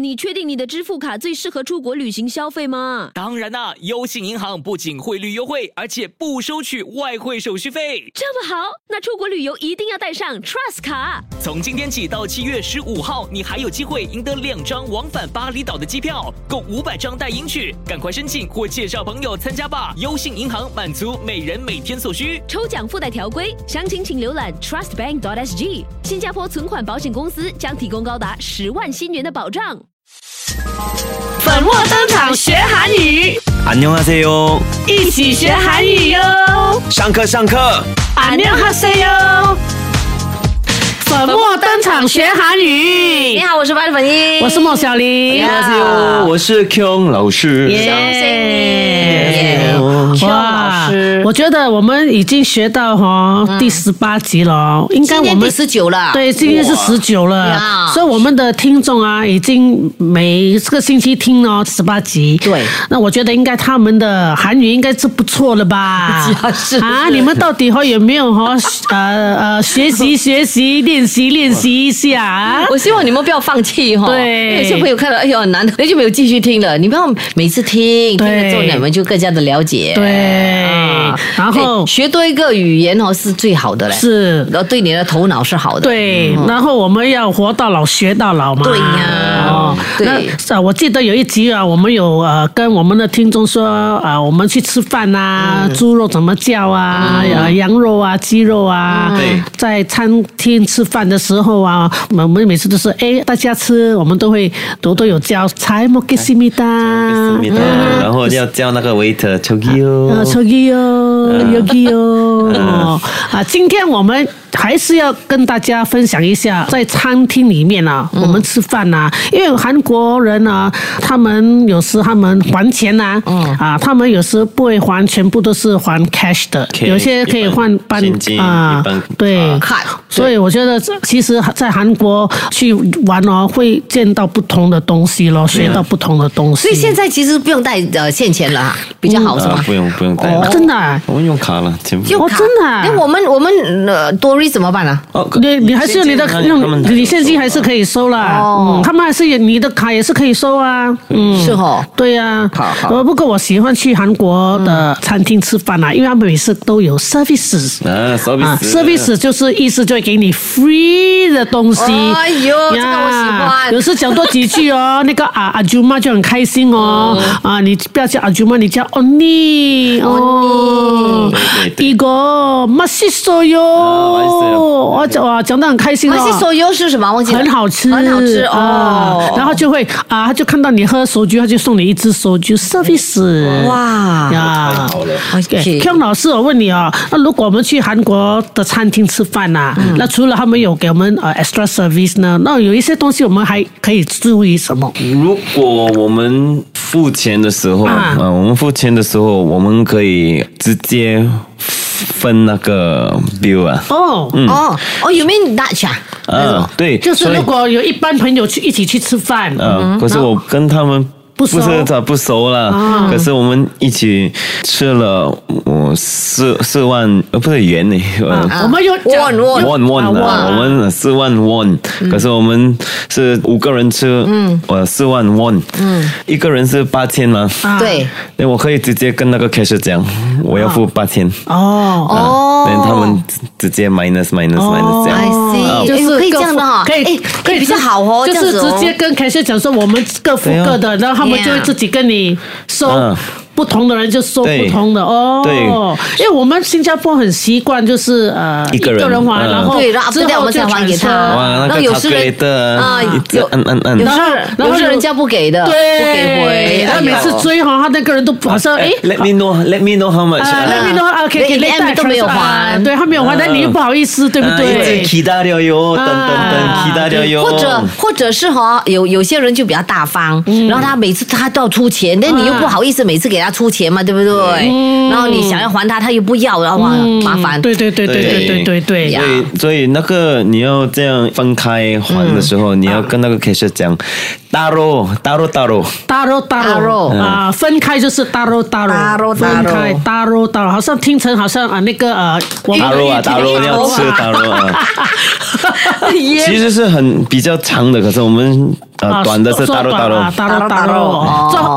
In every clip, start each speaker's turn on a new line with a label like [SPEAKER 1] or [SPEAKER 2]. [SPEAKER 1] 你确定你的支付卡最适合出国旅行消费吗？
[SPEAKER 2] 当然啦、优信银行不仅汇率优惠，而且不收取外汇手续费。
[SPEAKER 1] 这么好，那出国旅游一定要带上 Trust 卡。
[SPEAKER 2] 从今天起到七月十五号，你还有机会赢得两张往返巴厘岛的机票，共五百张代银取，赶快申请或介绍朋友参加吧。优信银行满足每人每天所需。
[SPEAKER 1] 抽奖附带条规，详情请浏览 trustbank.sg。新加坡存款保险公司将提供高达十万新元的保障。
[SPEAKER 3] 粉墨登场学韩语，
[SPEAKER 4] 안녕하세요，
[SPEAKER 3] 一起学韩语哟！
[SPEAKER 4] 上课上课。
[SPEAKER 3] 안녕하세요！粉墨登场学韩语
[SPEAKER 5] 你，好，我是范粉英，
[SPEAKER 3] 我是孟小玲。
[SPEAKER 5] 呀
[SPEAKER 4] 我是 Kyung 老师。
[SPEAKER 5] 恭喜你
[SPEAKER 3] 耶
[SPEAKER 5] 邱老
[SPEAKER 3] 哇
[SPEAKER 5] 师，嗯
[SPEAKER 3] 我觉得我们已经学到哈、第十八集了哦，应该
[SPEAKER 5] 今
[SPEAKER 3] 我
[SPEAKER 5] 年
[SPEAKER 3] 们
[SPEAKER 5] 第十九了，
[SPEAKER 3] 对，今天是十九了
[SPEAKER 5] 呀，
[SPEAKER 3] 所以我们的听众啊，已经每个星期听哦十八集。
[SPEAKER 5] 对？
[SPEAKER 3] 那我觉得应该他们的韩语应该是不错了吧
[SPEAKER 5] 是
[SPEAKER 3] 啊，
[SPEAKER 5] 是
[SPEAKER 3] 你们到底哈有没有哈呃呃学习学习练习练习一下 啊？
[SPEAKER 5] 我希望你们不要放弃哈、
[SPEAKER 3] 对
[SPEAKER 5] 因为有些朋友看到哎呦很难，那就没有继续听了。你不要每次听，听
[SPEAKER 3] 对
[SPEAKER 5] 了之后你们就更加的了解。
[SPEAKER 3] 对
[SPEAKER 5] 啊，
[SPEAKER 3] 然后
[SPEAKER 5] 哎学多一个语言哦是最好的嘞，，
[SPEAKER 3] 是。
[SPEAKER 5] 然后对你的头脑是好的。，嗯
[SPEAKER 3] 对，然后我们要活到老学到老嘛。
[SPEAKER 5] 对呀
[SPEAKER 3] 哦，
[SPEAKER 5] 对
[SPEAKER 3] 那是啊，我记得有一集啊，我们有呃跟我们的听众说啊、我们去吃饭呐、
[SPEAKER 5] 嗯
[SPEAKER 3] 猪肉怎么叫啊，呃羊肉啊，鸡肉
[SPEAKER 5] 嗯
[SPEAKER 3] 啊，
[SPEAKER 4] 对
[SPEAKER 3] 在餐厅吃饭的时候啊，我们每次都是哎，大家吃，我们都会都都有叫柴莫吉西米达，
[SPEAKER 4] 然后要叫那个 waiter 抽기요
[SPEAKER 3] 啊，手机哟，
[SPEAKER 4] 嗯
[SPEAKER 3] 手机哟，啊，今天我们还是要跟大家分享一下，在餐厅里面啊，
[SPEAKER 4] 嗯
[SPEAKER 3] 我们吃饭呐、因为韩国人啊，他们有时他们还钱呐、
[SPEAKER 4] 嗯
[SPEAKER 3] 啊，他们有时不会还，全部都是还 cash 的
[SPEAKER 4] Cash，
[SPEAKER 3] 有些可以换半
[SPEAKER 4] 现金
[SPEAKER 3] 啊
[SPEAKER 4] 一般，
[SPEAKER 3] 对
[SPEAKER 4] 啊，
[SPEAKER 5] 嗯看，
[SPEAKER 3] 所以我觉得这其实，在韩国去玩哦，会见到不同的东西咯，
[SPEAKER 4] 啊
[SPEAKER 3] 学到不同的东西。
[SPEAKER 5] 所以现在其实不用带呃现钱了哈，比较好是吗？
[SPEAKER 4] 啊，不用不用带
[SPEAKER 3] 啊
[SPEAKER 4] 了，
[SPEAKER 3] 真的啊、
[SPEAKER 4] 我们用卡了，全部。
[SPEAKER 5] 用
[SPEAKER 3] 哦
[SPEAKER 5] 卡
[SPEAKER 3] 真的啊
[SPEAKER 5] 那哎我们我们呃多瑞怎么办啊？
[SPEAKER 4] 哦
[SPEAKER 3] 你你还是有你的
[SPEAKER 4] 现金他
[SPEAKER 3] 用
[SPEAKER 4] 们
[SPEAKER 3] 你现金还是可以收啦，
[SPEAKER 5] 哦
[SPEAKER 3] 嗯，他们还是有你的卡也是可以收啊，嗯，
[SPEAKER 5] 是哦
[SPEAKER 3] 对呀、
[SPEAKER 5] 好好
[SPEAKER 3] 呃不过我喜欢去韩国的餐厅吃饭啊，因为他们每次都有 services。
[SPEAKER 4] 啊
[SPEAKER 3] 啊
[SPEAKER 4] ，service
[SPEAKER 5] 嗯
[SPEAKER 3] ，service 就是意思就会给你 free 的东西。
[SPEAKER 5] 哎呦这个我喜欢
[SPEAKER 3] 有时讲多几句哦， 那个啊阿舅妈就很开心哦。啊，你不要叫阿舅妈，你叫언니哦，
[SPEAKER 4] 对对对
[SPEAKER 3] 이거맛있어요。
[SPEAKER 5] 啊
[SPEAKER 4] 맛있어요
[SPEAKER 3] 我讲哇讲得很开心哦。
[SPEAKER 5] 马西手游是什么？忘记了，
[SPEAKER 3] 很好吃，
[SPEAKER 5] 很好吃
[SPEAKER 3] 啊
[SPEAKER 5] 哦。
[SPEAKER 3] 然后就会啊，他就看到你喝手酒，他就送你一支手酒 service。
[SPEAKER 5] 哇
[SPEAKER 3] 呀
[SPEAKER 4] 好了
[SPEAKER 5] OK
[SPEAKER 3] ，Q 老师，我问你哦，那如果我们去韩国的餐厅吃饭呐、那除了他们有给我们呃 extra service 呢，那有一些东西我们还可以注意什么？
[SPEAKER 4] 如果我们付钱的时候，
[SPEAKER 3] 啊
[SPEAKER 4] 啊、我们付钱的时候，我们可以直接分那个 bill 啊。
[SPEAKER 3] 哦，
[SPEAKER 5] 哦哦，you mean Dutch 啊？
[SPEAKER 4] 嗯，对，
[SPEAKER 3] 就是
[SPEAKER 4] 所以
[SPEAKER 3] 如果有一班朋友去一起去吃饭，
[SPEAKER 4] 嗯，可是我跟他们
[SPEAKER 3] 不熟
[SPEAKER 4] 是咋不熟了，可是我们一起吃了我四四万呃不是元呢，呃
[SPEAKER 3] 我啊们有讲
[SPEAKER 5] Won Won
[SPEAKER 4] 万万
[SPEAKER 3] 啊
[SPEAKER 4] 啊，
[SPEAKER 3] ，won
[SPEAKER 4] 我们四万万，可是我们是五个人吃，嗯，呃四万万，嗯，一个人是八千嘛，
[SPEAKER 3] 啊
[SPEAKER 5] 对，
[SPEAKER 4] 那我可以直接跟那个 cash 讲，我要付八千，
[SPEAKER 3] 哦，
[SPEAKER 5] 哦，
[SPEAKER 4] 那啊他们直接 minus minus minus 这
[SPEAKER 5] I
[SPEAKER 4] 样，
[SPEAKER 5] see，
[SPEAKER 3] 就
[SPEAKER 5] 哎
[SPEAKER 3] 是
[SPEAKER 5] 可以
[SPEAKER 3] 各
[SPEAKER 5] 这样的哈，
[SPEAKER 3] 可以
[SPEAKER 5] 哎
[SPEAKER 3] 可以
[SPEAKER 5] 哎比较好哦，
[SPEAKER 3] 就
[SPEAKER 5] 这样
[SPEAKER 3] 是
[SPEAKER 5] 子哦
[SPEAKER 3] 直接跟凯旋讲说我们各付各的，然后他们就会自己跟你收。
[SPEAKER 4] 嗯
[SPEAKER 3] 不同的人就收
[SPEAKER 4] 对
[SPEAKER 3] 不同的哦，
[SPEAKER 4] 对
[SPEAKER 3] 因为我们新加坡很习惯就是呃
[SPEAKER 4] 一个人
[SPEAKER 3] 还，
[SPEAKER 4] 嗯
[SPEAKER 3] 然后
[SPEAKER 5] 对，然后
[SPEAKER 3] 之
[SPEAKER 5] after that 我
[SPEAKER 3] 后
[SPEAKER 5] 们
[SPEAKER 3] 就
[SPEAKER 5] 才还给他。
[SPEAKER 3] transfer
[SPEAKER 4] 哇那个
[SPEAKER 5] 有时人
[SPEAKER 4] calculator 啊
[SPEAKER 5] 啊
[SPEAKER 4] 一直
[SPEAKER 5] 有
[SPEAKER 4] 按按按
[SPEAKER 5] 有时候
[SPEAKER 3] 然后然后
[SPEAKER 5] 有时候
[SPEAKER 3] 就
[SPEAKER 5] 人家不给的，不给
[SPEAKER 3] 对，
[SPEAKER 5] 回，哎
[SPEAKER 3] 他每次追哈，他那个人都好像哎。
[SPEAKER 4] ，Let me know 아, Let me know how much，
[SPEAKER 3] 啊，那边都 OK，给
[SPEAKER 5] 连 M 嗯都没有还
[SPEAKER 3] 对他没有还，那你又不好意思，对不
[SPEAKER 4] 嗯
[SPEAKER 3] 对？
[SPEAKER 4] 아, 기다려요，等等等，기다려요。
[SPEAKER 5] 或者或者是哈，有有些人就比较大方，
[SPEAKER 3] 嗯
[SPEAKER 5] 然后他每次他都要出钱，但
[SPEAKER 3] 啊
[SPEAKER 5] 你又不好意思每次给他出钱嘛，对不对？然后你想要还他，他又不要，然后哇
[SPEAKER 3] 嗯
[SPEAKER 5] 麻烦。
[SPEAKER 3] 对对
[SPEAKER 4] 네.
[SPEAKER 3] 对对对对对对
[SPEAKER 4] 所以所以那个你要这样分开还的时候，你要跟那个 cashier 讲，大肉大肉大肉，
[SPEAKER 3] 大肉大
[SPEAKER 5] 大
[SPEAKER 3] 肉
[SPEAKER 5] 肉嗯
[SPEAKER 3] 啊，分开就是大肉大肉，
[SPEAKER 5] 大肉大
[SPEAKER 3] 分
[SPEAKER 5] 肉
[SPEAKER 3] 开大肉大肉，好像听成好像啊那个呃，我们
[SPEAKER 4] 大肉啊
[SPEAKER 3] 的
[SPEAKER 4] 大肉你要吃大肉啊，
[SPEAKER 5] 耶
[SPEAKER 4] 어. 예. 其实是很比较长的，可是我们
[SPEAKER 3] 啊
[SPEAKER 4] 呃，短的是大肉大肉，哦
[SPEAKER 3] 大肉大肉，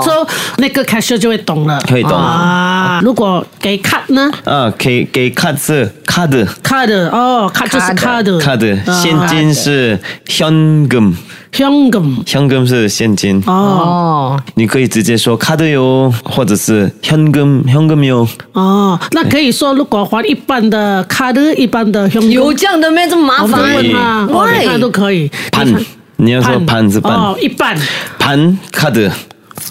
[SPEAKER 3] 这这那个 cashier 就会懂了，
[SPEAKER 4] 会懂
[SPEAKER 3] 啊。如果给 cut 呢
[SPEAKER 4] 啊，给给 card 是 card
[SPEAKER 3] ，card 哦，cut 啊就是 card
[SPEAKER 4] card，现金是현금，
[SPEAKER 3] 香港
[SPEAKER 4] 현금是现金，
[SPEAKER 3] 哦
[SPEAKER 5] 哦，
[SPEAKER 4] 你可以直接说 card 哟，或者是현금현금哟，
[SPEAKER 3] 哦，那可以说如果还一般的 card，一般的香
[SPEAKER 5] 有
[SPEAKER 3] 港，
[SPEAKER 5] 这样的咩？这么麻
[SPEAKER 3] 我们
[SPEAKER 5] 烦
[SPEAKER 4] 可
[SPEAKER 3] 问
[SPEAKER 4] 以
[SPEAKER 3] 他，我们看都可以。
[SPEAKER 4] 반，你要说반是
[SPEAKER 3] 哦
[SPEAKER 4] 반，，
[SPEAKER 3] 一半。
[SPEAKER 4] 반 card，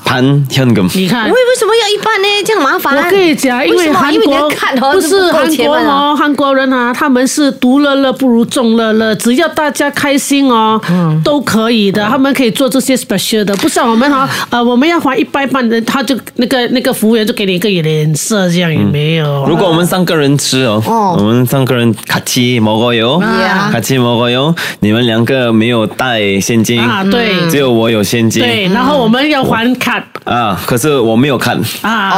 [SPEAKER 4] 반현금，
[SPEAKER 3] 你看
[SPEAKER 5] 为，为什么要一半呢？这样麻烦。
[SPEAKER 3] 我跟你讲，因
[SPEAKER 5] 为什么
[SPEAKER 3] 韩
[SPEAKER 5] 因为
[SPEAKER 3] 国
[SPEAKER 5] 你的看哦
[SPEAKER 3] 不
[SPEAKER 5] 这
[SPEAKER 3] 是
[SPEAKER 5] 不够
[SPEAKER 3] 韩
[SPEAKER 5] 钱
[SPEAKER 3] 国
[SPEAKER 5] 嘛
[SPEAKER 3] 哦，韩国人啊，他们是独乐乐不如众乐乐，只要大家开心哦，都可以的，他们可以做这些 special 的，不像我们哈、呃，我们要还一百半的，他就那个那个服务员就给你一个脸色，这样也没有。
[SPEAKER 4] 如果我们三个人吃哦，
[SPEAKER 5] 哦
[SPEAKER 4] 我们三个人같이먹어요，
[SPEAKER 5] Yeah
[SPEAKER 4] 같이먹어요。你们两个没有带现金
[SPEAKER 3] 啊对
[SPEAKER 4] 只有我有现金，
[SPEAKER 3] 对，然后我们要还卡
[SPEAKER 4] 啊，可是我没有看。
[SPEAKER 3] 啊，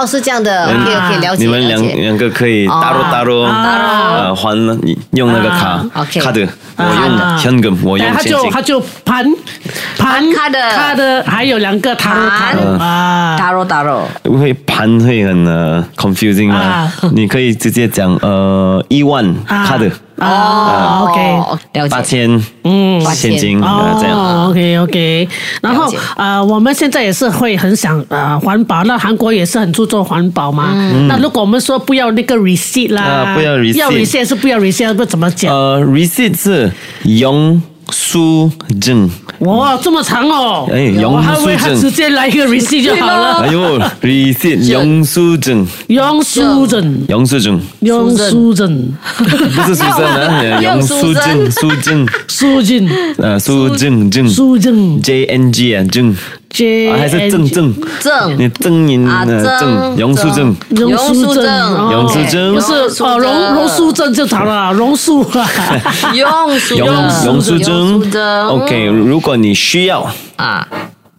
[SPEAKER 5] 哦，是这样的
[SPEAKER 4] 嗯
[SPEAKER 5] ，OK OK，了解
[SPEAKER 4] 你们两
[SPEAKER 5] 了解。
[SPEAKER 4] 两个可以打入打入
[SPEAKER 3] 啊
[SPEAKER 4] 呃还了你用那个卡
[SPEAKER 5] 啊，OK
[SPEAKER 4] 卡的，我
[SPEAKER 3] 啊
[SPEAKER 4] 用现金，我
[SPEAKER 3] 对
[SPEAKER 4] 用
[SPEAKER 3] 他
[SPEAKER 4] 现
[SPEAKER 3] 就
[SPEAKER 4] 金
[SPEAKER 3] 他。就盘盘
[SPEAKER 5] 盘卡的
[SPEAKER 3] 卡的，还有两个塔罗卡的
[SPEAKER 5] 盘
[SPEAKER 3] 啊，
[SPEAKER 5] 打扰打扰，
[SPEAKER 4] 因为盘会很呃 confusing 嘛
[SPEAKER 3] 啊，
[SPEAKER 4] 你可以直接讲 어, 呃一万
[SPEAKER 3] 啊
[SPEAKER 4] 卡的，
[SPEAKER 3] 哦，OK。
[SPEAKER 5] 哦了
[SPEAKER 4] 八
[SPEAKER 5] 解。
[SPEAKER 4] 千
[SPEAKER 3] 嗯
[SPEAKER 4] 现
[SPEAKER 3] 어.
[SPEAKER 4] 金呃这样。
[SPEAKER 3] 哦，OK OK，然后
[SPEAKER 5] 了解
[SPEAKER 3] 呃，我们现在也是会很想呃环保，那韩国也是很注重环保嘛。那如果我们说不要那个 receipt 啦，
[SPEAKER 4] 嗯啊不要 receipt
[SPEAKER 3] 要 receipt 是不要 receipt，不怎么讲？
[SPEAKER 4] 呃，receipt 是永书证，
[SPEAKER 3] 哇，这么长哦！
[SPEAKER 4] 哎
[SPEAKER 3] 我还以为
[SPEAKER 4] 杨淑
[SPEAKER 3] 他
[SPEAKER 4] 珍
[SPEAKER 3] 直接来一个 receipt 就好了。
[SPEAKER 4] 哎呦，receipt 永书证，
[SPEAKER 3] 杨淑珍，
[SPEAKER 4] 永书证
[SPEAKER 3] 杨淑珍，
[SPEAKER 4] 不是书证啊，
[SPEAKER 5] 用
[SPEAKER 4] 永
[SPEAKER 5] 书
[SPEAKER 4] 书
[SPEAKER 5] 证
[SPEAKER 4] 证，书证，
[SPEAKER 3] 淑珍，
[SPEAKER 4] 呃，书证证
[SPEAKER 3] 淑珍
[SPEAKER 4] 아, ，J N G 아, 啊证，
[SPEAKER 3] ，J
[SPEAKER 4] 啊还是证证
[SPEAKER 5] 证
[SPEAKER 4] 你证人
[SPEAKER 5] 啊
[SPEAKER 4] 呃
[SPEAKER 5] 证
[SPEAKER 4] 证，永书证，
[SPEAKER 3] 榕树
[SPEAKER 5] 榕树
[SPEAKER 3] 镇，
[SPEAKER 5] 镇
[SPEAKER 3] 哦
[SPEAKER 4] 榕树镇
[SPEAKER 3] 不是
[SPEAKER 5] 榕树
[SPEAKER 3] 哦，
[SPEAKER 5] 镇
[SPEAKER 3] 榕榕树镇就长了，榕树 啊，
[SPEAKER 5] 用书
[SPEAKER 4] 永永书
[SPEAKER 5] 书
[SPEAKER 4] 证
[SPEAKER 5] 证
[SPEAKER 4] ，OK，如果你需要
[SPEAKER 5] 啊，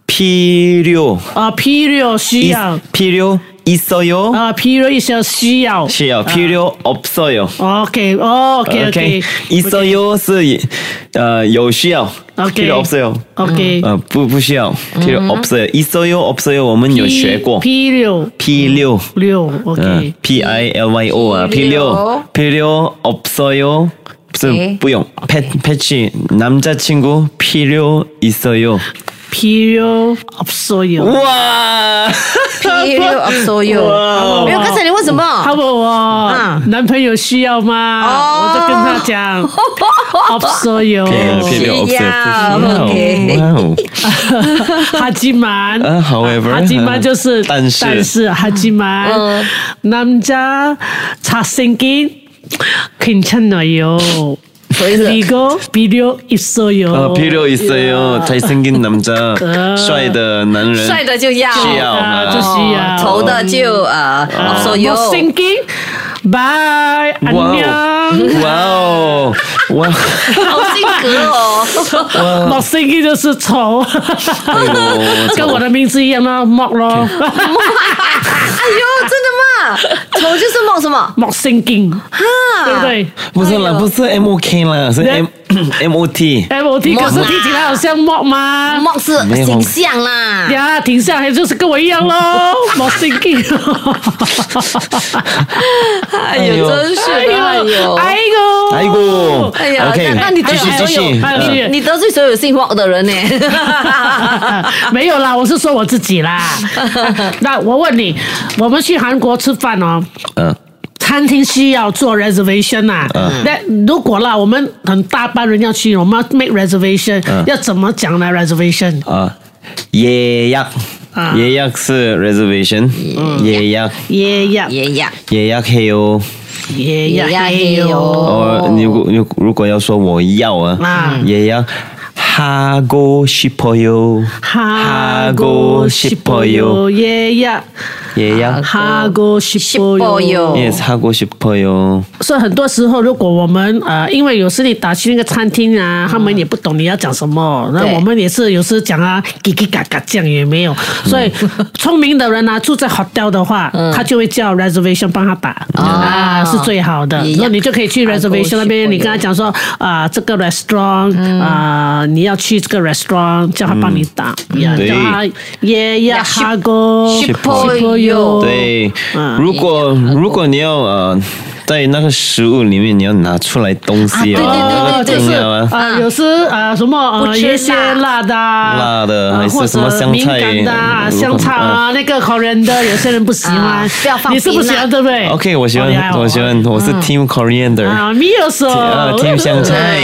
[SPEAKER 4] 필요
[SPEAKER 3] 啊，필요需
[SPEAKER 4] 이
[SPEAKER 3] 要
[SPEAKER 4] 필요있어요
[SPEAKER 3] 啊，필요一 아, 些需要 oh,
[SPEAKER 4] 需要필요없어요
[SPEAKER 3] ，OK，哦，OK OK，
[SPEAKER 4] 있어요是呃有需要
[SPEAKER 3] OK
[SPEAKER 4] 필요없어요
[SPEAKER 3] OK，
[SPEAKER 4] 呃不不需要필요없어요있어요없어요我们有学过 네.
[SPEAKER 3] P 六
[SPEAKER 4] P 六。
[SPEAKER 3] 六
[SPEAKER 4] 嗯
[SPEAKER 3] ，OK，
[SPEAKER 4] P I L Y O 啊，P
[SPEAKER 5] 필요
[SPEAKER 4] 요 P 요 아, 없어요.
[SPEAKER 5] 네.
[SPEAKER 4] 무슨 뿌용 패 패치 남자친구 필요 있어요.
[SPEAKER 3] 필요없어요。
[SPEAKER 4] 와.
[SPEAKER 5] 필요없어요。没有，刚才你问什
[SPEAKER 3] 他
[SPEAKER 5] 么？
[SPEAKER 3] 问我
[SPEAKER 5] 啊
[SPEAKER 3] 男朋友需要吗？
[SPEAKER 5] 哦
[SPEAKER 3] 我就跟他讲 없어요。
[SPEAKER 4] 예, 필요
[SPEAKER 5] 야,
[SPEAKER 4] 없어요.
[SPEAKER 5] 오케이.
[SPEAKER 4] 와우.
[SPEAKER 3] 哈基曼，
[SPEAKER 4] 嗯，however， 아, 어,
[SPEAKER 3] 哈基曼就是
[SPEAKER 4] 但是
[SPEAKER 3] 但是哈基曼
[SPEAKER 5] 嗯，
[SPEAKER 3] 남자잘생긴괜찮아요
[SPEAKER 5] 所以
[SPEAKER 3] 그리
[SPEAKER 5] 是
[SPEAKER 3] 고필요있어요
[SPEAKER 4] 어, 그러니까. 필요 있어요. 잘생긴 남자, 帅的男人.
[SPEAKER 5] 帅的就要，
[SPEAKER 4] 需要
[SPEAKER 3] 啊，
[SPEAKER 4] 嘛
[SPEAKER 3] 就需要
[SPEAKER 5] 丑的就呃
[SPEAKER 3] 啊
[SPEAKER 5] 없어요。
[SPEAKER 3] 생긴바이안
[SPEAKER 4] 와우.
[SPEAKER 3] 녕
[SPEAKER 4] 와우. 와.
[SPEAKER 5] 好性格哦。
[SPEAKER 3] 莫생긴就是丑，
[SPEAKER 4] 哎呦
[SPEAKER 3] 跟我的名字一样吗？莫咯，
[SPEAKER 5] 哎呦，真的吗？丑就是梦什么？
[SPEAKER 3] 莫생긴对不
[SPEAKER 5] 哈，
[SPEAKER 3] 对
[SPEAKER 4] 不是啦，不是 M O K 啦，是 M 네? M O T。
[SPEAKER 3] ？M O T
[SPEAKER 5] 莫
[SPEAKER 3] 可是
[SPEAKER 5] 啦
[SPEAKER 3] 听起来好像莫吗？
[SPEAKER 5] 梦是形象啦。
[SPEAKER 3] 呀，停下来就是跟我一样 喽，没心机。
[SPEAKER 5] 哎呦，真是的，哎呦，
[SPEAKER 3] 哎呦，
[SPEAKER 4] 哎呦，
[SPEAKER 5] 哎呀
[SPEAKER 4] OK，
[SPEAKER 5] 那那你
[SPEAKER 4] 继续
[SPEAKER 5] 还有
[SPEAKER 4] 继续，
[SPEAKER 3] 还有
[SPEAKER 4] 呃
[SPEAKER 3] 还有
[SPEAKER 5] 你得罪所有姓汪的人呢。
[SPEAKER 3] 没有啦，我是说我自己 啦。那我问你，我们去韩国吃饭哦，
[SPEAKER 4] 嗯，
[SPEAKER 3] 餐厅需要做 reservation 啊。那如果啦，我们很大班人要去，我们要 make reservation，
[SPEAKER 4] 嗯
[SPEAKER 3] 要怎么讲呢？reservation
[SPEAKER 4] 啊， 아, 예약
[SPEAKER 3] 啊
[SPEAKER 4] 예약是 reservation，예약
[SPEAKER 3] 也要
[SPEAKER 5] 爷爷，
[SPEAKER 4] 예약해요。
[SPEAKER 3] 也要也
[SPEAKER 5] 也要
[SPEAKER 3] 有
[SPEAKER 4] 哦，你如果如如果要说我要啊
[SPEAKER 3] 啊，
[SPEAKER 4] 예약하고싶어요，
[SPEAKER 3] 哈
[SPEAKER 4] 하고
[SPEAKER 3] 过
[SPEAKER 4] 싶
[SPEAKER 3] 西
[SPEAKER 4] 어
[SPEAKER 3] 포
[SPEAKER 4] 요
[SPEAKER 3] 哟，也要
[SPEAKER 4] 예약
[SPEAKER 3] 哈过西波哟
[SPEAKER 5] 싶어요 。
[SPEAKER 4] yes 하고싶어요。
[SPEAKER 3] 所以很多时候，如果我们呃，因为有时你打去那个餐厅啊，他们也不懂你要讲什么，那
[SPEAKER 5] 对
[SPEAKER 3] 我们也是有时讲啊，叽叽嘎嘎讲也没有。所以聪明的人呢、啊住在 hotel 的话，他就会叫 reservation 帮他打、啊，是最好的。
[SPEAKER 5] 也
[SPEAKER 3] 那你就可以去
[SPEAKER 5] 韩国
[SPEAKER 3] reservation 那边，
[SPEAKER 5] 习惯
[SPEAKER 3] 你跟他讲说啊、这个 restaurant 啊、你要去这个 restaurant，叫他帮你打，呀
[SPEAKER 4] 对
[SPEAKER 3] 叫他哦耶呀
[SPEAKER 5] 呀
[SPEAKER 3] 哈哥，
[SPEAKER 5] ship- shippo-
[SPEAKER 3] 哟，
[SPEAKER 4] 对
[SPEAKER 3] 嗯，
[SPEAKER 4] 如果如果你要呃，在那个食物里面你要拿出来东西
[SPEAKER 5] 啊
[SPEAKER 4] 啊，
[SPEAKER 5] 对对对对对
[SPEAKER 4] 重要啊。
[SPEAKER 3] 啊，有时啊什么
[SPEAKER 5] 不
[SPEAKER 3] 呃
[SPEAKER 5] 吃
[SPEAKER 3] 有一些
[SPEAKER 5] 辣
[SPEAKER 3] 辣的啊、
[SPEAKER 4] 辣的
[SPEAKER 3] 啊
[SPEAKER 4] 还是
[SPEAKER 3] 或者
[SPEAKER 4] 什么香菜
[SPEAKER 3] 敏感的啊
[SPEAKER 4] 嗯
[SPEAKER 3] 香草啊，那个 coriander 有些人不喜
[SPEAKER 5] 啊
[SPEAKER 3] 欢，
[SPEAKER 5] 不要放
[SPEAKER 3] 你是不喜
[SPEAKER 5] 冰辣啊
[SPEAKER 3] 欢对不对
[SPEAKER 4] OK，我喜
[SPEAKER 3] 好厉害
[SPEAKER 4] 欢，
[SPEAKER 3] 哦
[SPEAKER 4] 我喜欢，我是 Team Coriander，
[SPEAKER 3] 啊，米有手
[SPEAKER 4] 呃，Team 香菜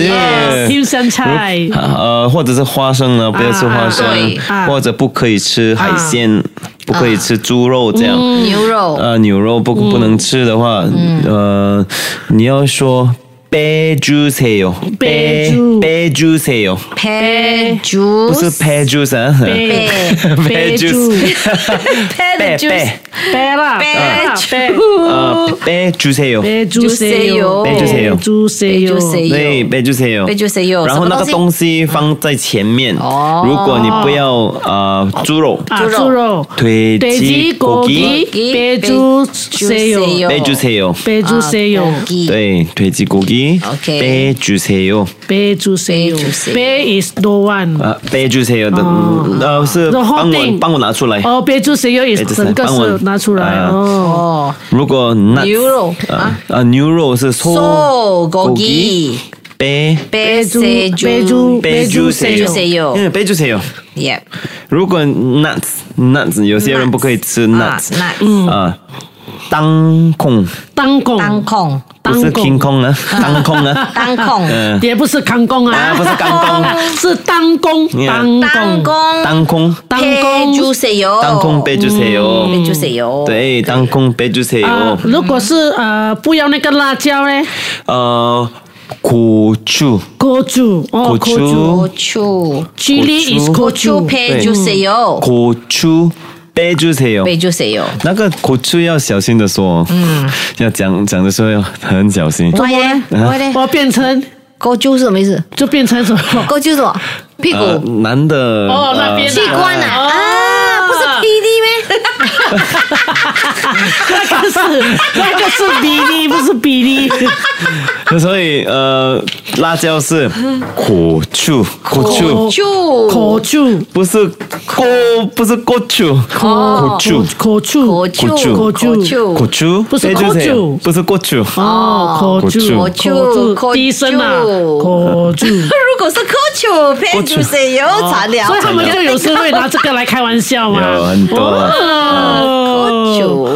[SPEAKER 4] ，Yes。
[SPEAKER 3] ，Team 香菜
[SPEAKER 4] 啊。呃，或者是花生呢，不要吃花生
[SPEAKER 5] 啊对，
[SPEAKER 4] 或者不可以吃海鲜，不可以吃猪肉这样。
[SPEAKER 5] 牛肉。
[SPEAKER 4] 呃，牛肉不
[SPEAKER 5] 嗯
[SPEAKER 4] 不能吃的话，呃，你要说빼주세요，빼
[SPEAKER 3] 빼주
[SPEAKER 4] 빼주세요，
[SPEAKER 5] 配猪
[SPEAKER 4] 不是빼주세啊，
[SPEAKER 3] 贝
[SPEAKER 4] 빼
[SPEAKER 3] 빼
[SPEAKER 4] 주세
[SPEAKER 5] 配
[SPEAKER 4] 빼
[SPEAKER 5] 猪
[SPEAKER 4] 빼
[SPEAKER 3] 贝啦，啊
[SPEAKER 5] 贝
[SPEAKER 3] 贝
[SPEAKER 4] 呃빼주세요，
[SPEAKER 3] 贝猪塞哟，
[SPEAKER 4] 贝猪塞哟
[SPEAKER 3] 猪塞哟
[SPEAKER 5] 贝猪塞哟
[SPEAKER 4] 对，빼주세요，
[SPEAKER 5] 빼주세요
[SPEAKER 4] 然后那个
[SPEAKER 5] 什么东
[SPEAKER 4] 东西放在前面，
[SPEAKER 5] 哦
[SPEAKER 4] 如果你不要呃猪肉，
[SPEAKER 3] 啊，
[SPEAKER 5] 猪肉
[SPEAKER 3] 猪肉，
[SPEAKER 4] 돼지
[SPEAKER 3] 돼지고기
[SPEAKER 4] 고기
[SPEAKER 5] 고기,
[SPEAKER 3] 빼주세요
[SPEAKER 5] 빼주세요.
[SPEAKER 3] 贝
[SPEAKER 4] 빼주세요，
[SPEAKER 5] 哦
[SPEAKER 3] 猪塞哟，
[SPEAKER 4] 네. 对，돼지고기
[SPEAKER 5] OK
[SPEAKER 4] 빼주세요，
[SPEAKER 3] 贝猪塞哟
[SPEAKER 5] 빼주세요，
[SPEAKER 3] 贝 is no one。
[SPEAKER 4] 啊， 아, 빼주세요的，嗯呃是
[SPEAKER 3] The whole
[SPEAKER 4] 帮我
[SPEAKER 3] thing
[SPEAKER 4] 帮我拿出来。
[SPEAKER 3] 哦，贝猪塞哟 is
[SPEAKER 4] 贝猪塞
[SPEAKER 3] 整个
[SPEAKER 4] 帮我
[SPEAKER 3] 是拿出来
[SPEAKER 4] 啊
[SPEAKER 3] 哦。
[SPEAKER 5] 哦，
[SPEAKER 4] 如果 nuts, 아,
[SPEAKER 5] 牛肉
[SPEAKER 4] 啊啊牛肉是
[SPEAKER 5] 소고기
[SPEAKER 4] 고기 빼
[SPEAKER 5] 贝塞猪，
[SPEAKER 3] 贝猪
[SPEAKER 4] 빼주세
[SPEAKER 5] 빼주세
[SPEAKER 4] 요
[SPEAKER 5] 요
[SPEAKER 4] 嗯빼주세요 예.
[SPEAKER 5] 耶，
[SPEAKER 4] 如果 nuts nuts 有些人不可以吃 nuts 아,
[SPEAKER 5] 啊，nuts
[SPEAKER 4] 啊，当空
[SPEAKER 3] 当拱，
[SPEAKER 5] 当控，
[SPEAKER 4] 不是
[SPEAKER 3] 当
[SPEAKER 4] 空
[SPEAKER 3] 拱，
[SPEAKER 4] 空啊，当空啊，
[SPEAKER 5] 当控，
[SPEAKER 4] 嗯，
[SPEAKER 3] 也不是康公啊
[SPEAKER 4] 啊，不是当空，
[SPEAKER 3] 是当公，当
[SPEAKER 4] Yeah
[SPEAKER 3] 公，
[SPEAKER 5] 当工，
[SPEAKER 4] 当空
[SPEAKER 3] 当
[SPEAKER 5] 配猪
[SPEAKER 3] 公。
[SPEAKER 5] 塞油，
[SPEAKER 4] 当空빼주세 음.
[SPEAKER 5] 贝
[SPEAKER 4] 요，
[SPEAKER 5] 猪塞油，，
[SPEAKER 4] 对，当空빼주세
[SPEAKER 3] 啊
[SPEAKER 4] 요，，
[SPEAKER 3] 如果是呃不要那个辣椒嘞，
[SPEAKER 4] 呃， 어, 고추
[SPEAKER 3] 锅煮哦，
[SPEAKER 4] 고추
[SPEAKER 3] 锅煮
[SPEAKER 5] 고추，
[SPEAKER 3] ，chili is
[SPEAKER 5] 고
[SPEAKER 3] 锅
[SPEAKER 5] 추
[SPEAKER 3] 煮，
[SPEAKER 5] 配猪塞油，
[SPEAKER 4] 고추빼주세요。
[SPEAKER 5] 贝猪塞油，
[SPEAKER 4] 那个口出要小心的说，嗯，要讲讲的时候要很小心。
[SPEAKER 5] 我嘞，我
[SPEAKER 4] 네.
[SPEAKER 5] 嘞，
[SPEAKER 3] 我哦变成
[SPEAKER 5] 高猪
[SPEAKER 4] 뭐
[SPEAKER 5] 是什么意思？
[SPEAKER 3] 就变成什 么？
[SPEAKER 5] 高猪什么？屁
[SPEAKER 4] 呃
[SPEAKER 5] 股，，
[SPEAKER 4] 男的
[SPEAKER 3] 哦那
[SPEAKER 4] 呃
[SPEAKER 3] 边啊
[SPEAKER 5] 器官啊，
[SPEAKER 4] 아,
[SPEAKER 5] 啊，不是 PD 咩？
[SPEAKER 3] 那个是那个是比例，不是比 例。
[SPEAKER 4] 那所以呃，辣椒是口出口出，
[SPEAKER 5] 就
[SPEAKER 3] 口煮，
[SPEAKER 4] 不是过不是过出口出
[SPEAKER 3] 口煮，
[SPEAKER 5] 口煮
[SPEAKER 3] 口
[SPEAKER 5] 口
[SPEAKER 3] 煮
[SPEAKER 5] 煮，
[SPEAKER 4] 口出，
[SPEAKER 3] 不是
[SPEAKER 4] 哎就这
[SPEAKER 3] 口
[SPEAKER 4] 样
[SPEAKER 3] 出
[SPEAKER 4] 不是过出。
[SPEAKER 3] 哦，口煮，
[SPEAKER 4] 口
[SPEAKER 5] 煮口煮
[SPEAKER 3] 低声啊，口煮。
[SPEAKER 5] 如果是 coach 配猪塞油，
[SPEAKER 4] 아.
[SPEAKER 5] 惨了。
[SPEAKER 3] 所以他们就有时会拿这个来开玩笑嘛，
[SPEAKER 4] 有很多
[SPEAKER 3] 哦。
[SPEAKER 5] 就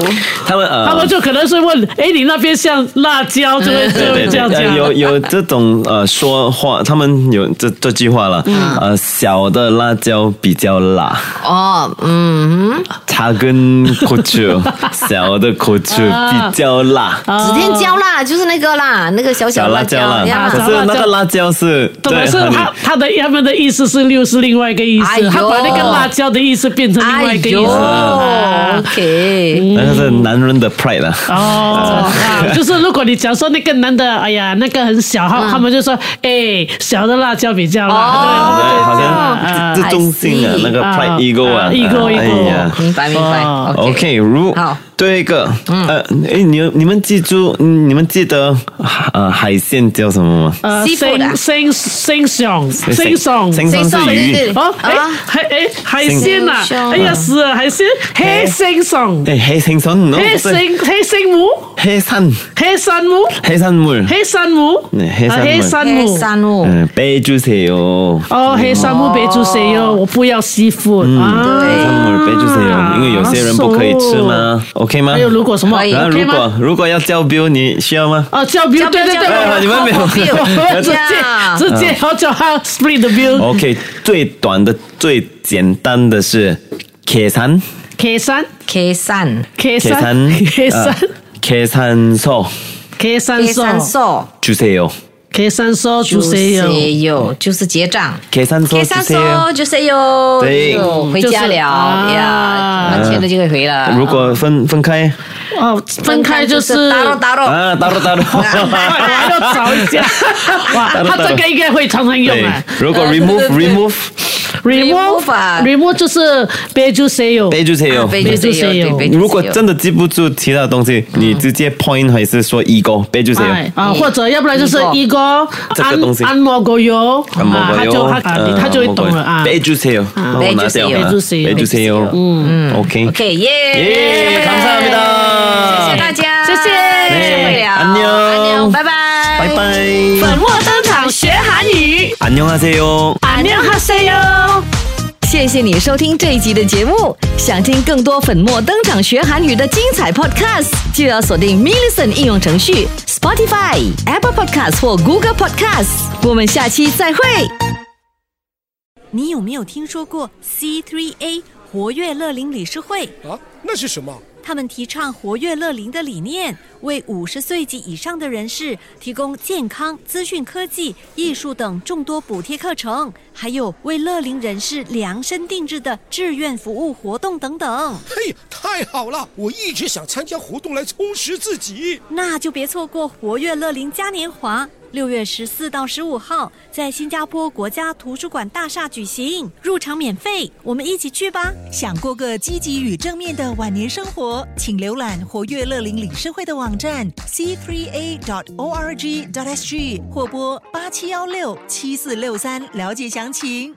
[SPEAKER 4] 他们呃，
[SPEAKER 3] 他们就可能是问，哎，你那边像辣椒，就会就
[SPEAKER 4] 对
[SPEAKER 3] 会
[SPEAKER 4] 对
[SPEAKER 3] 这
[SPEAKER 4] 对，
[SPEAKER 3] 样
[SPEAKER 4] 呃
[SPEAKER 3] 讲。
[SPEAKER 4] 有有这种呃说话，他们有这这句话了，呃，小的辣椒比较辣。
[SPEAKER 5] 哦，嗯，
[SPEAKER 4] 작은 고추, 小的 고추
[SPEAKER 3] 啊。
[SPEAKER 4] 比较辣，
[SPEAKER 5] 指天椒啦，就是那个啦，那个小小辣椒
[SPEAKER 4] 小辣椒啦。
[SPEAKER 5] 呀
[SPEAKER 3] 啊，
[SPEAKER 4] 可是那个辣椒是，
[SPEAKER 3] 懂了，
[SPEAKER 4] 对，
[SPEAKER 3] 是
[SPEAKER 4] 很-
[SPEAKER 3] 他他的他们的意思是六是另外一个意思，
[SPEAKER 5] 哎呦
[SPEAKER 3] 他把那个辣椒的意思变成另
[SPEAKER 5] 哎
[SPEAKER 3] 外一个意
[SPEAKER 5] 呦
[SPEAKER 3] 思。啊
[SPEAKER 5] ，OK，
[SPEAKER 4] 那个是男人的 pride 啦。
[SPEAKER 3] 哦，啊就是如果你假如说那个男的，哎呀，那个很小，他他们就说，哎，小的辣椒比较辣。
[SPEAKER 5] 哦，
[SPEAKER 4] 对，好像这-这中性啊，
[SPEAKER 5] I see。
[SPEAKER 4] 那个 pride
[SPEAKER 3] 啊，
[SPEAKER 4] ego啊，
[SPEAKER 3] 啊，ego，
[SPEAKER 4] 哎
[SPEAKER 3] ego。
[SPEAKER 4] 呀。
[SPEAKER 5] 明白明白
[SPEAKER 3] 哦
[SPEAKER 4] OK，如-
[SPEAKER 5] 好。
[SPEAKER 4] 对一个，呃，哎，你-你们记住-你们记得，呃，海鲜叫什么吗？
[SPEAKER 3] 呃
[SPEAKER 5] Seafood 啊
[SPEAKER 3] ，sing sing sing song sing song
[SPEAKER 4] 星松是鱼。
[SPEAKER 5] 对对对
[SPEAKER 3] 哦，哎
[SPEAKER 5] 啊，
[SPEAKER 3] 海哎海鲜呐
[SPEAKER 5] 星松，
[SPEAKER 3] 哎呀是啊海鲜，黑星松，
[SPEAKER 4] 네, 哎，黑星松，no，
[SPEAKER 3] 黑
[SPEAKER 4] 不是，
[SPEAKER 3] 星黑星母，
[SPEAKER 4] 黑山-
[SPEAKER 3] 黑山母，
[SPEAKER 4] 黑山물。
[SPEAKER 3] 黑山母，
[SPEAKER 4] 네黑山
[SPEAKER 3] 啊
[SPEAKER 4] 母
[SPEAKER 3] 黑山母
[SPEAKER 5] 黑。山哦，
[SPEAKER 4] 嗯，빼주세요。
[SPEAKER 3] 哦，黑山木别出谁哟，我不要西服啊！
[SPEAKER 4] 黑山木耳贝就是有，因为有些人不可以吃吗？OK 吗？
[SPEAKER 3] 还有如果什么
[SPEAKER 5] 可以
[SPEAKER 4] 然后
[SPEAKER 3] OK
[SPEAKER 4] 如
[SPEAKER 3] 吗
[SPEAKER 4] 果如果要叫 bill，你需要吗？
[SPEAKER 3] 哦，叫 Ờ, bill，
[SPEAKER 5] 叫
[SPEAKER 3] 对
[SPEAKER 5] bill，
[SPEAKER 3] 对
[SPEAKER 5] 叫
[SPEAKER 3] 对，
[SPEAKER 5] bill
[SPEAKER 3] 我
[SPEAKER 4] 你们没有
[SPEAKER 3] 我
[SPEAKER 5] Dạ.
[SPEAKER 3] 我直
[SPEAKER 5] 呀
[SPEAKER 3] 接直接要叫他 split the bill。
[SPEAKER 4] OK，最短的、最简单的是 K 三
[SPEAKER 3] K 三
[SPEAKER 5] K 山
[SPEAKER 3] K
[SPEAKER 4] K
[SPEAKER 3] 三
[SPEAKER 4] 三
[SPEAKER 3] K
[SPEAKER 4] Ờ.
[SPEAKER 3] 三
[SPEAKER 4] K 三소
[SPEAKER 3] K 三
[SPEAKER 5] K 山
[SPEAKER 3] 说
[SPEAKER 5] 寿，
[SPEAKER 4] 주세요
[SPEAKER 3] K 三说出谁哟？
[SPEAKER 5] 有，就是结账。
[SPEAKER 4] K 三소
[SPEAKER 5] K
[SPEAKER 4] 주
[SPEAKER 5] 山
[SPEAKER 4] 세요。
[SPEAKER 5] 寿就是有，
[SPEAKER 4] 对
[SPEAKER 5] 有回家了
[SPEAKER 3] 就是啊
[SPEAKER 5] 呀，拿钱了就可以回了。
[SPEAKER 4] 如果分分开
[SPEAKER 3] 哦，分开就是。
[SPEAKER 5] 打扰打扰，
[SPEAKER 4] 啊，打扰打扰。
[SPEAKER 3] 我要 找一下，哇，他这个应该会常常用
[SPEAKER 4] 对
[SPEAKER 3] 啊。，
[SPEAKER 4] 如果 네. remove remove
[SPEAKER 5] Remove 啊
[SPEAKER 3] remove 就是别就 say 有，
[SPEAKER 4] 备注谁有？
[SPEAKER 5] 杯就
[SPEAKER 3] 杯
[SPEAKER 5] 谁
[SPEAKER 3] 就谁
[SPEAKER 5] 有
[SPEAKER 3] 有
[SPEAKER 5] 对，
[SPEAKER 4] 如果真的记不住其他的东西，你直接 point 还是说 ego，备注谁
[SPEAKER 3] 哎
[SPEAKER 4] 有？
[SPEAKER 3] 啊，或者要不然就是一个
[SPEAKER 4] 嗯这个
[SPEAKER 3] 按
[SPEAKER 4] 东西
[SPEAKER 3] 按摩狗油，
[SPEAKER 4] 按摩
[SPEAKER 3] 啊
[SPEAKER 4] 过
[SPEAKER 3] 他就
[SPEAKER 4] 哟
[SPEAKER 3] 他啊他就
[SPEAKER 4] 嗯
[SPEAKER 3] 会懂了啊。
[SPEAKER 4] 备注谁有？帮我拿掉啊。
[SPEAKER 3] 备注谁有
[SPEAKER 4] 备注谁有？嗯，OK。
[SPEAKER 5] ，OK 耶，
[SPEAKER 4] 耶，감사합니다
[SPEAKER 5] 谢谢大家，
[SPEAKER 3] 谢谢
[SPEAKER 5] 受不了，
[SPEAKER 4] 안녕
[SPEAKER 5] 安妞，拜拜，
[SPEAKER 4] 拜。拜。
[SPEAKER 5] 本沃登场学韩语。
[SPEAKER 4] 안녕하세요。
[SPEAKER 5] 안녕하세요。谢谢你收听这一集的节目。想听更多粉墨登场学韩语的精彩 podcast，就要锁定 m i l l i c e n t 应用程序、Spotify、Apple Podcast 或 Google Podcast。我们下期再会。
[SPEAKER 6] 你有没有听说过 C3A 活跃乐龄理事会？
[SPEAKER 7] 啊，那是什么？
[SPEAKER 6] 他们提倡活跃乐龄的理念，为五十岁及以上的人士提供健康、资讯科技、艺术等众多补贴课程，还有为乐龄人士量身定制的志愿服务活动等等。
[SPEAKER 7] 嘿，太好了！我一直想参加活动来充实自己。
[SPEAKER 6] 那就别错过活跃乐龄嘉年华，六月十四到十五号在新加坡国家图书馆大厦举行，入场免费，我们一起去吧。
[SPEAKER 8] 想过个积极与正面的晚年生活，请浏览活跃乐龄理事会的网站 c3a.org.sg 或拨八七幺六七四六三了解详情。